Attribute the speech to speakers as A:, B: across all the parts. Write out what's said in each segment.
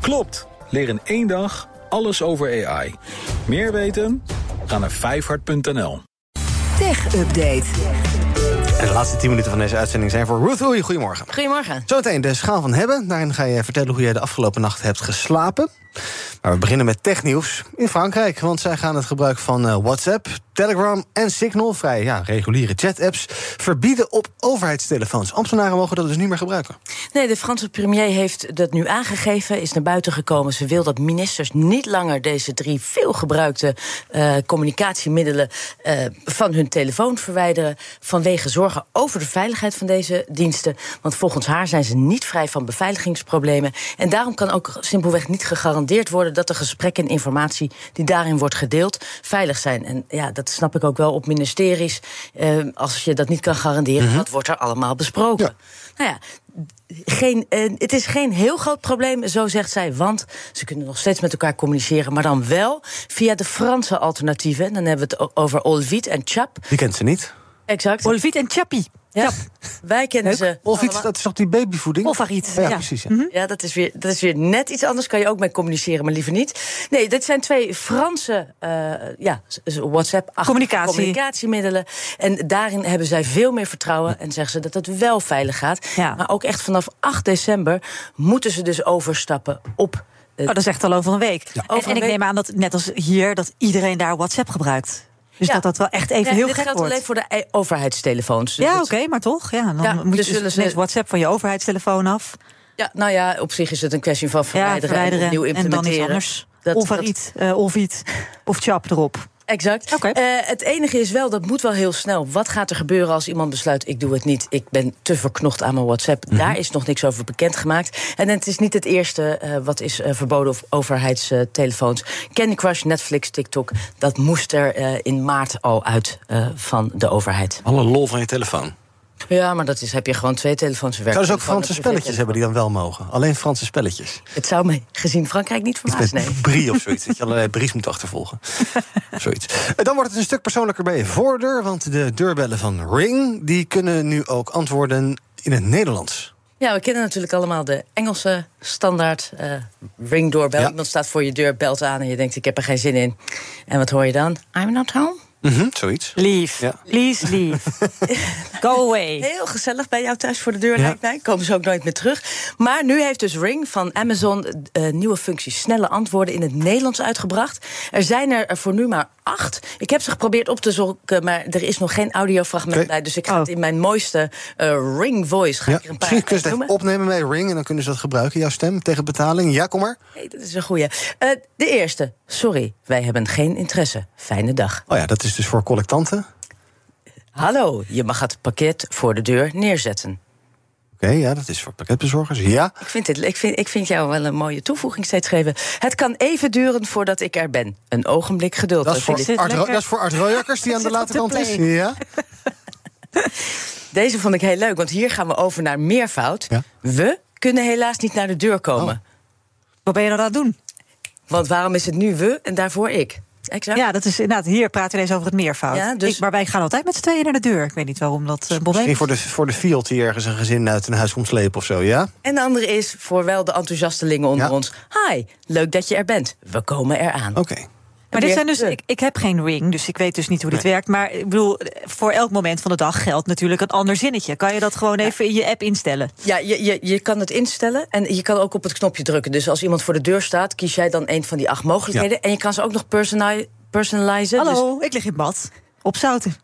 A: Klopt. Leer in één dag alles over AI. Meer weten? Ga naar vijfhart.nl.
B: Tech Update.
C: En de laatste 10 minuten van deze uitzending zijn voor Ruth Oei. Goedemorgen.
D: Goedemorgen.
C: Zometeen de schaal van hebben. Daarin ga je vertellen hoe jij de afgelopen nacht hebt geslapen. Maar we beginnen met technieuws in Frankrijk. Want zij gaan het gebruik van eh, WhatsApp, Telegram en Signal... vrij ja, reguliere chat-apps verbieden op overheidstelefoons. Ambtenaren mogen dat dus niet meer gebruiken.
D: Nee, de Franse premier heeft dat nu aangegeven, is naar buiten gekomen. Ze wil dat ministers niet langer deze drie veelgebruikte eh, communicatiemiddelen eh, van hun telefoon verwijderen. Vanwege zorgen over de veiligheid van deze diensten. Want volgens haar zijn ze niet vrij van beveiligingsproblemen. En daarom kan ook simpelweg niet gegarandeerd worden dat de gesprekken en informatie die daarin wordt gedeeld veilig zijn. En ja, dat snap ik ook wel op ministeries. Eh, als je dat niet kan garanderen, wat wordt er allemaal besproken? Nou ja, geen, eh, het is geen heel groot probleem, zo zegt zij. Want ze kunnen nog steeds met elkaar communiceren. Maar dan wel via de Franse alternatieven. En Dan hebben we het o- over Olvid en Chap.
C: Die kent ze niet.
D: Exact.
E: Olviet en Oh, Chappie.
D: Ja. Wij kennen ze.
C: Of iets, dat is toch die babyvoeding?
E: Olfariet,
C: Ja, Mhm.
E: ja. Mhm.
C: precies. Ja.
D: Ja, dat is, weer, dat is weer net iets anders. Kan je ook mee communiceren, maar liever niet. Nee, dit zijn twee Franse eh, ja, WhatsApp-achtige
E: Communicatie.
D: communicatiemiddelen. En daarin hebben zij veel meer vertrouwen. En zeggen ze dat het wel veilig gaat.
E: Ja.
D: Maar ook echt vanaf 8 december moeten ze dus overstappen op. eh,
E: Oh, dat is echt al over een week. En,
D: Over een
E: en ik
D: week.
E: neem aan dat, net als hier, dat iedereen daar WhatsApp gebruikt. Dus
D: Ja.
E: dat dat wel echt even heel
D: dit
E: gek
D: geldt
E: wordt.
D: alleen voor de ei- overheidstelefoons. Dus
E: ja, oké,
D: dat-
E: maar toch? Ja, dan
D: Ja,
E: moet
D: dus
E: je
D: zullen
E: dus
D: ze-
E: ineens WhatsApp van je overheidstelefoon af.
D: ja, nou ja, op zich is het een kwestie van
E: Ja,
D: verwijderen,
E: verwijderen.
D: en opnieuw
E: en dan
D: implementeren.
E: iets anders.
D: Dat-
E: Olfariet, eh, Olviet of Chap erop.
D: Exact.
E: Oké.
D: Eh, het enige is wel, dat moet wel heel snel. Wat gaat er gebeuren als iemand besluit, ik doe het niet... ik ben te verknocht aan mijn WhatsApp. Daar is nog niks over bekendgemaakt. En het is niet het eerste eh, wat is eh, verboden op overheidstelefoons. Candy Crush, Netflix, TikTok, dat moest er eh, in maart al uit eh, van de overheid.
F: Alle lol van je telefoon.
D: Ja, maar dat is, heb je gewoon twee telefoons. werken.
C: Zouden ze ook Franse spelletjes hebben die dan wel mogen? Alleen Franse spelletjes.
D: Het zou me gezien Frankrijk niet
C: Met
D: verbaasd nee.
C: brie of zoiets. Dat je allerlei bries moet achtervolgen. zoiets. En dan wordt het een stuk persoonlijker bij je voordeur. Want de deurbellen van Ring... die kunnen nu ook antwoorden in het Nederlands.
D: Ja, we kennen natuurlijk allemaal de Engelse standaard eh ringdoorbel.
C: Ja.
D: Iemand staat voor je deur, belt aan en je denkt, ik heb er geen zin in. En wat hoor je dan? I'm not home.
C: Mhm, zoiets.
E: Leave.
C: Ja.
E: Please leave. Go away.
D: Heel gezellig bij jou thuis voor de deur, lijkt mij. Komen ze ook nooit meer terug. Maar nu heeft dus Ring van Amazon eh, nieuwe functie snelle antwoorden in het Nederlands uitgebracht. Er zijn er eh, voor nu maar acht. Ik heb ze geprobeerd op te zoeken, maar er is nog geen audiofragment
C: Oké.
D: bij. Dus ik ga het
E: Oh.
D: in mijn mooiste eh, Ring voice ga
C: Ja.
D: ik er een paar
C: Misschien kun je het
D: noemen.
C: even opnemen bij Ring... en dan kunnen ze dat gebruiken, jouw stem, tegen betaling. Ja, kom maar.
D: Nee, dat is een goeie. Eh, de eerste. Sorry, wij hebben geen interesse. Fijne dag.
C: Oh ja, dat is dus voor collectanten.
D: Hallo, je mag het pakket voor de deur neerzetten.
C: Oké, ja, dat is voor pakketbezorgers. Ja,
D: Ik vind, dit, ik, vind, ik vind jou wel een mooie toevoeging steeds geven. Het kan even duren voordat ik er ben. Een ogenblik geduld.
C: dat is
D: Philip.
C: voor Art, Ro-
E: lekker.
C: dat is voor Art Royakkers die aan de
E: zit op
C: late
E: te
C: kant is.
E: playen.
C: Ja.
D: Deze vond ik heel leuk, want hier gaan we over naar meervoud.
C: Ja. Oh.
D: We kunnen helaas niet naar de deur komen.
E: Wat ben je nou aan het doen?
D: Want waarom is het nu we en daarvoor ik? Exact.
E: Ja, dat is inderdaad. Hier praten we ineens over het meervoud.
D: Ja, dus-
E: Ik- maar wij gaan altijd met z'n tweeën naar de deur. Ik weet niet waarom dat eh probleem
C: Misschien
E: is.
C: voor de, voor de field die ergens een gezin uit een huis komt slepen of zo, ja?
D: En de andere is voor wel de enthousiastelingen onder
C: Ja. Oh.
D: ons. Hi, leuk dat je er bent. We komen eraan.
C: Oké.
E: Maar dit
D: Weer
E: zijn dus,
D: terug.
E: ik, ik heb geen ring, dus ik weet dus niet hoe dit werkt. Maar ik bedoel, voor elk moment van de dag geldt natuurlijk een ander zinnetje. Kan je dat gewoon even in je app instellen?
D: Ja, je, je, je kan het instellen en je kan ook op het knopje drukken. Dus als iemand voor de deur staat, kies jij dan een van die acht mogelijkheden. En je kan ze ook nog personali- personalizen. Dus
E: Hallo, ik lig in bad. Op zouten.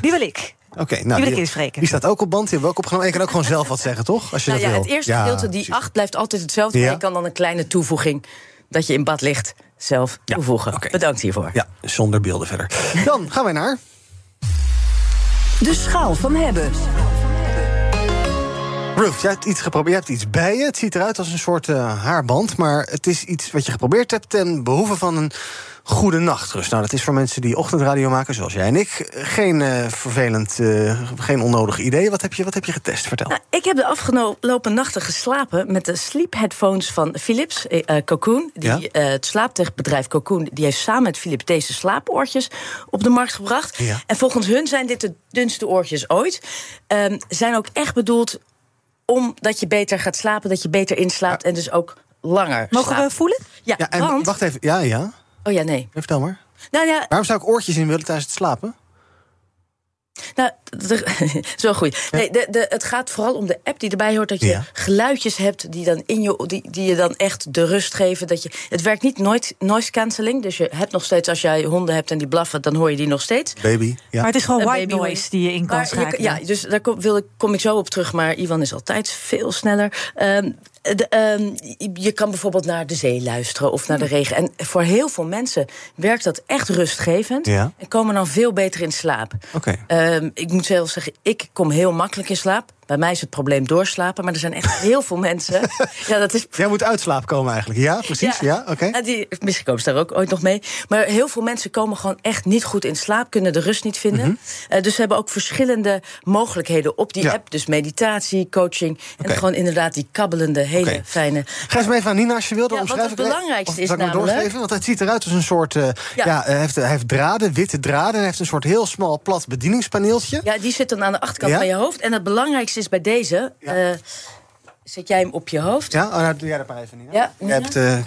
E: Die wil ik.
C: Oké, nou,
E: wil ik eens spreken.
C: die staat ook op band, die hebben we ook opgenomen. En je kan ook gewoon zelf wat zeggen, toch? Als je
D: nou
C: dat
D: ja,
C: wil.
D: het eerste
C: Ja,
D: gedeelte, die
C: precies.
D: acht, blijft altijd hetzelfde. Maar
C: Ja.
D: je kan dan een kleine toevoeging dat je in bad ligt zelf toevoegen.
C: oké.
D: Bedankt hiervoor.
C: Ja, zonder beelden verder. Dan gaan wij naar...
B: De schaal van hebben.
C: Ruth, jij hebt iets geprobeerd, je hebt iets bij je. Het ziet eruit als een soort eh, haarband, maar het is iets wat je geprobeerd hebt... ten behoeve van een goede nachtrust. Nou, dat is voor mensen die ochtendradio maken, zoals jij en ik... geen eh, vervelend, eh, geen onnodig idee. Wat heb je, wat heb je getest? Vertel.
D: Nou, ik heb de afgelopen nachten geslapen met de sleep headphones van Philips eh, eh, Cocoon. Die,
C: Ja.
D: eh, het slaaptechbedrijf Cocoon die heeft samen met Philips deze slaapoortjes op de markt gebracht.
C: Ja.
D: En volgens hun zijn dit de dunste oortjes ooit. Ehm, zijn ook echt bedoeld omdat je beter gaat slapen, dat je beter inslaapt en dus ook langer
E: Mogen
D: slapen.
E: we voelen?
D: Ja,
C: Ja, en
D: want...
C: wacht even. Ja, ja. Even
D: Oh ja, nee.
C: vertel maar.
D: Nou ja,
C: Waarom zou ik oortjes in willen tijdens het slapen?
D: Nou, de- is wel goed. Nee, de, de, het gaat vooral om de app die erbij hoort. Dat je
C: Ja.
D: geluidjes hebt die, dan in je, die, die je dan echt de rust geven. Dat je, het werkt niet nooit noise cancelling. Dus je hebt nog steeds, als jij honden hebt en die blaffen, dan hoor je die nog steeds.
C: Baby. Ja.
E: Maar het is gewoon
D: Een
E: white
D: baby hoor je.
E: noise die je in kan
D: Maar je kan-
E: schakelen.
D: ja, dus daar kom, wil ik, kom ik zo op terug. Maar Ivan is altijd veel sneller. Ehm, de, ehm, je- je kan bijvoorbeeld naar de zee luisteren of naar de regen. En voor heel veel mensen werkt dat echt rustgevend.
C: Ja.
D: En komen dan veel beter in slaap.
C: Oké.
D: Ehm, ik moet zelf zeggen, ik kom heel makkelijk in slaap. Bij mij is het probleem doorslapen, maar er zijn echt heel veel mensen. Ja, dat is
C: Jij moet uit slaap komen eigenlijk. Ja, precies. Ja, oké.
D: nou, die, misschien komen ze daar ook ooit nog mee. Maar heel veel mensen komen gewoon echt niet goed in slaap, kunnen de rust niet vinden. Eh, dus ze hebben ook verschillende mogelijkheden op die
C: Mhm. Ja.
D: app. Dus meditatie, coaching. En
C: Oké.
D: gewoon inderdaad die kabbelende, hele
C: Oké.
D: fijne.
C: Ga eens maar even aan Nina als je wil. Dan
D: Ja, wat
C: omschrijf
D: het
C: ik
D: belangrijkste
C: Of
D: is
C: zal ik hem
D: namelijk-
C: doorgeven? Want het ziet eruit als een soort... eh, ja.
D: Ja.
C: eh, hij, heeft, hij heeft draden, witte draden. En hij heeft een soort heel smal plat bedieningspaneeltje.
D: Ja, die zit dan aan de achterkant
C: Ja?
D: van je hoofd. En het belangrijkste is bij deze: eh, zet jij hem op je hoofd?
C: Ja, oh, nou doe jij dat maar even, Nina.
D: Ja,
C: Jij
D: Nina?
C: hebt... eh,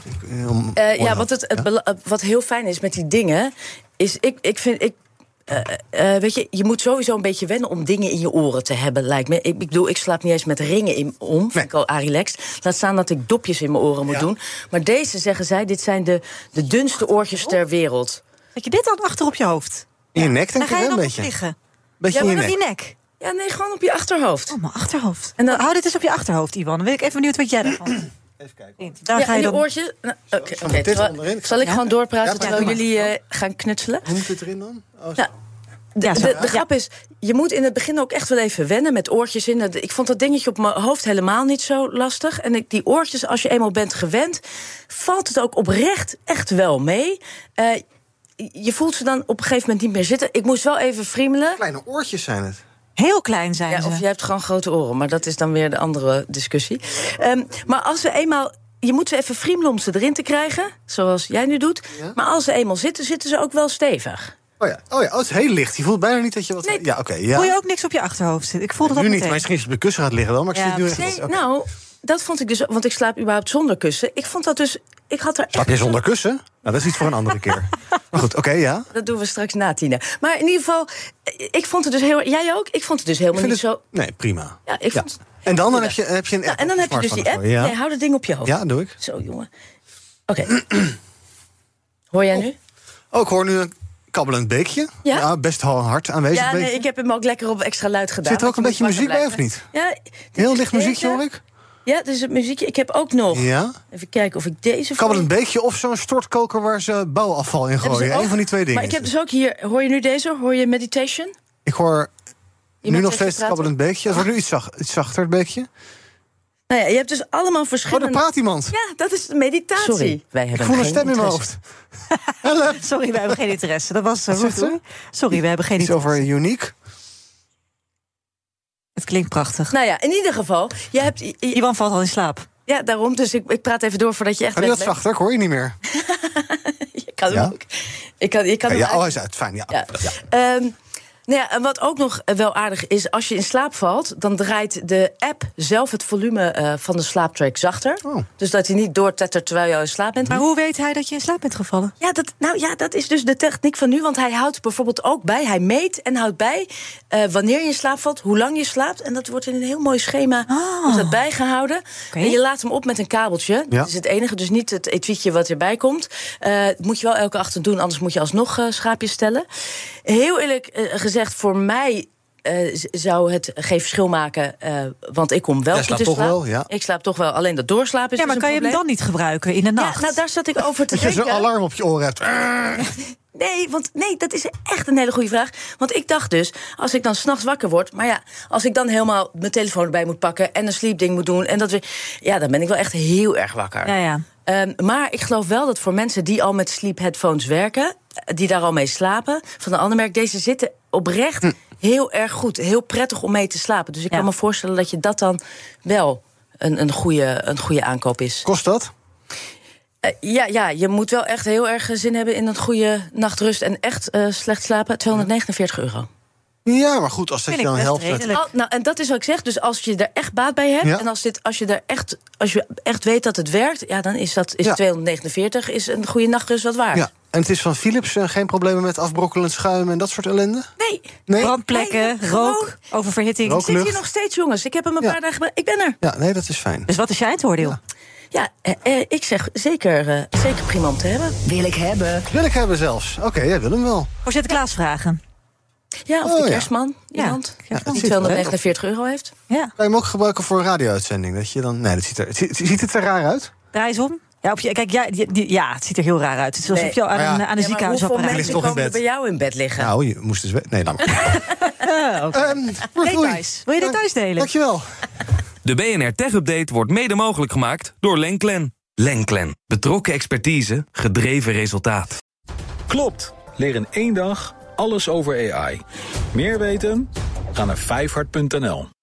C: eh, om-
D: Eh, ja,
C: oorhaal.
D: wat, het, het bela- eh, wat heel fijn is met die dingen, is ik, ik vind. Ik, eh, eh, weet je, je moet sowieso een beetje wennen om dingen in je oren te hebben, lijkt me. Ik, ik bedoel, ik slaap niet eens met ringen in, om, vind ik al arilex. Laat staan dat ik dopjes in mijn oren moet
C: Ja.
D: doen. Maar deze, zeggen zij, dit zijn de, de dunste oortjes ter wereld.
E: Dat je dit dan achter op je hoofd.
C: In je
E: Daar
C: nek denk ik
E: ga je
C: wel een
E: dan op
C: beetje.
E: liggen.
C: beetje
E: Ja,
C: in je
E: maar op
C: nek.
E: je nek.
D: Ja, nee, gewoon op je achterhoofd.
E: Oh, mijn achterhoofd.
D: En dan-
E: Hou dit eens op je achterhoofd, Iwan. Dan ben ik even benieuwd wat jij daarvan
C: Even kijken.
E: vindt. Daar
D: ja,
E: ga
D: en
E: je
D: je
E: dan...
D: oortje. Nou, oké, oké,
C: dit
D: terwijl-
C: onderin. Ik
D: zal ik
E: Ja?
D: gewoon
C: Ja,
D: doorpraten
C: doe
D: terwijl
C: maar.
D: jullie eh, gaan knutselen?
C: Hoe moet het erin dan? Oh, zo.
D: Ja. Nou, De,
E: Ja, zo.
D: de- de
E: Ja.
D: grap is, je moet in het begin ook echt wel even wennen met oortjes in. Dat- Ik vond dat dingetje op mijn hoofd helemaal niet zo lastig. En ik, die oortjes, als je eenmaal bent gewend, valt het ook oprecht echt wel mee. Eh, je voelt ze dan op een gegeven moment niet meer zitten. Ik moest wel even friemelen.
C: Kleine oortjes zijn het.
E: Heel klein zijn
D: Ja,
E: ze.
D: of je hebt gewoon grote oren, maar dat is dan weer de andere discussie. Ehm, maar als ze eenmaal. Je moet ze even friemelen om ze erin te krijgen, zoals jij nu doet.
C: Ja.
D: Maar als ze eenmaal zitten, zitten ze ook wel stevig.
C: Oh ja, oh ja, oh, het is heel licht. Je voelt bijna niet dat je wat...
D: Nee.
C: ja, oké, ja.
E: Voel je ook niks op je achterhoofd zitten? Ik voelde dat
C: nu niet,
E: meteen.
C: maar misschien is het bij kussen gaat liggen wel, maar ik
E: Ja,
C: zit nu echt...
D: Nee,
C: Oké.
D: nou, dat vond ik dus. Want ik slaap überhaupt zonder kussen. Ik vond dat dus. Ik had er
C: Slaap
D: echt.
C: je zonder kussen? Nou, dat is iets voor een andere keer. Maar goed, oké, ja.
D: Dat doen we straks na tienen. Maar in ieder geval, eh, ik vond het dus heel. Jij ook? Ik vond het dus helemaal
C: Ik
D: niet
C: vind het-
D: zo.
C: Nee, prima.
D: Ja, ik vond-
C: En dan, dan heb,
D: Ja.
C: je, heb je een
D: Nou,
C: app.
D: en dan
C: op
D: heb je dus die
C: smartphone
D: app.
C: of zo, Ja.
D: Nee, hou dat ding op je hoofd.
C: ja, doe ik.
D: Zo, jongen. Oké. Hoor jij nu?
C: Oh, ik hoor nu een kabbelend beekje. Ja,
D: Ja?
C: best wel hard aanwezig.
D: Ja, nee,
C: beekje.
D: ik heb hem ook lekker op extra luid gedaan.
C: Zit er ook
D: want
C: een
D: je moet
C: beetje
D: wakker
C: muziek bij,
D: blijven. Ja, dit
C: Heel
D: is
C: licht muziekje
D: deze.
C: hoor ik.
D: Ja, dus het muziekje. Ik heb ook nog.
C: Ja.
D: Even kijken of ik deze.
C: Kabbelend beekje of zo'n stortkoker waar ze bouwafval in
D: Hebben ze
C: gooien. Eén
D: ook?
C: oh van die twee dingen.
D: Maar ik
C: is
D: heb
C: het.
D: dus ook hier. Hoor je nu deze? Hoor je meditation?
C: Ik hoor nu
D: Iemand
C: nog steeds
D: zegt te
C: het
D: praten.
C: kabbelend beekje. Het wordt nu iets, zacht, iets zachter, het beekje.
D: Nou ja, je hebt dus allemaal
C: Oh, daar
D: verschillende.
C: praat iemand.
D: ja, dat is de meditatie.
B: Sorry,
D: wij
C: Ik
D: hebben
C: voel een stem in mijn hoofd. Help!
E: Sorry, we hebben geen interesse. Dat was... eh,
C: zegt ze?
E: Sorry, we hebben geen
C: Iets
E: interesse.
C: over uniek.
E: Het klinkt prachtig.
D: Nou ja, in ieder geval, je hebt. je- je-
E: Iwan valt al in slaap.
D: Ja, daarom. Dus ik, ik praat even door voordat je echt.
C: Ga nu
D: weg
C: dat
D: bent.
C: zachter, ik hoor je niet meer.
D: Je kan
C: Ja?
D: hem ook. Ik kan, je
C: Ja,
D: kan hem
C: ja, oh,
D: uit-
C: hij is uit. Fijn, ja.
D: Ja. Ehm, nou ja, en wat ook nog wel aardig is, als je in slaap valt, dan draait de app zelf het volume eh, van de slaaptrack zachter.
C: Oh.
D: Dus dat hij niet doortettert terwijl je al in slaap bent.
E: Maar hoe weet hij dat je in slaap bent gevallen?
D: Ja, dat, nou ja, dat is dus de techniek van nu. Want hij houdt bijvoorbeeld ook bij. Hij meet en houdt bij eh, wanneer je in slaap valt, hoe lang je slaapt. En dat wordt in een heel mooi schema wordt dat bijgehouden.
E: Ah. Oké.
D: En je laat hem op met een kabeltje.
C: Ja.
D: Dat is het enige. Dus niet het etuietje wat erbij komt. Eh, dat moet je wel elke ochtend doen, anders moet je alsnog eh, schaapjes stellen. Heel eerlijk eh, gezegd, voor mij. eh, z- zou het geen verschil maken, eh, want ik kom wel
C: Jij
D: goed
C: slaapt
D: in
C: toch
D: slaap.
C: wel, ja.
D: Ik slaap toch wel, alleen dat doorslapen is
E: Ja, maar
D: dus
E: kan
D: een
E: je hem
D: probleem.
E: dan niet gebruiken in de nacht?
D: Ja, nou daar zat ik over te
C: Dat je zo'n
D: denken.
C: alarm op je oren hebt.
D: Nee, want nee, dat is echt een hele goede vraag. Want ik dacht dus, als ik dan s'nachts wakker word... maar ja, als ik dan helemaal mijn telefoon erbij moet pakken... en een sleepding moet doen en dat weer... ja, dan ben ik wel echt heel erg wakker.
E: Ja, ja.
D: Ehm, maar ik geloof wel dat voor mensen die al met sleep headphones werken... eh, die daar al mee slapen, van een ander merk... deze zitten oprecht heel erg goed. Heel prettig om mee te slapen. Dus ik
E: Hm. Ja.
D: kan me voorstellen dat je dat dan wel... Een, een, goede, een goede aankoop is.
C: Kost dat?
D: Eh, ja, ja, je moet wel echt heel erg eh, zin hebben in een goede nachtrust. En echt eh, slecht slapen. 249 euro.
C: Ja, maar goed, als dat
E: Vind
C: je
E: ik
C: dan
E: best
C: helpt. met-
E: redelijk.
D: Oh, nou, en dat is wat ik zeg. Dus als je er echt baat bij hebt.
C: Ja.
D: En als, dit, als, je er echt, als je echt weet dat het werkt. Ja, dan is, dat, is
C: Ja.
D: 249 is een goede nachtrust wat waard.
C: Ja. En het is van Philips eh, geen problemen met afbrokkelend schuim en dat soort ellende?
D: Nee.
C: Nee?
E: Brandplekken, rook,
D: Nee, gewoon-
E: oververhitting.
C: Rook.
D: Ik zit hier
C: lucht.
D: nog steeds, jongens. Ik heb hem een
C: Ja.
D: paar dagen. gebruikt. Ik ben er.
C: Ja, nee, dat is fijn.
E: Dus wat is jij het oordeel?
D: Ja, eh, eh, ik zeg zeker, eh, zeker prima om te hebben.
B: Wil ik hebben.
C: Wil ik hebben zelfs. Oké, jij wil hem wel.
E: Voorzitter Klaas vragen.
D: Ja, of
C: Oh,
D: de
C: ja.
D: kerstman.
E: Ja,
D: Iemand
C: kerstman.
D: die 249 euro heeft.
E: Ja,
C: Kan je hem ook gebruiken voor een radio-uitzending? Dat je dan... Nee, dat ziet er, het ziet, ziet het er raar uit?
E: draai eens om. Ja, op je, kijk, ja, die- die- ja, het ziet er heel raar uit. Het is alsof
D: Nee.
E: je al aan,
C: Maar ja.
E: een- aan een
D: Ja, maar
E: ziekenhuis
D: hoeveel
C: ligt
D: mensen
C: toch in
D: komen er
C: bed.
D: bij jou in bed liggen?
C: Nou, je moest dus... we- Nee, dan... Ehm, Bart Groei.
E: Oh, Details. Wil je details delen?
C: Dankjewel.
F: De BNR Tech Update wordt mede mogelijk gemaakt door Lenklen. Lenklen. Betrokken expertise, gedreven resultaat.
A: Klopt. Leer in één dag alles over AI. Meer weten? Ga naar vijfhart.nl.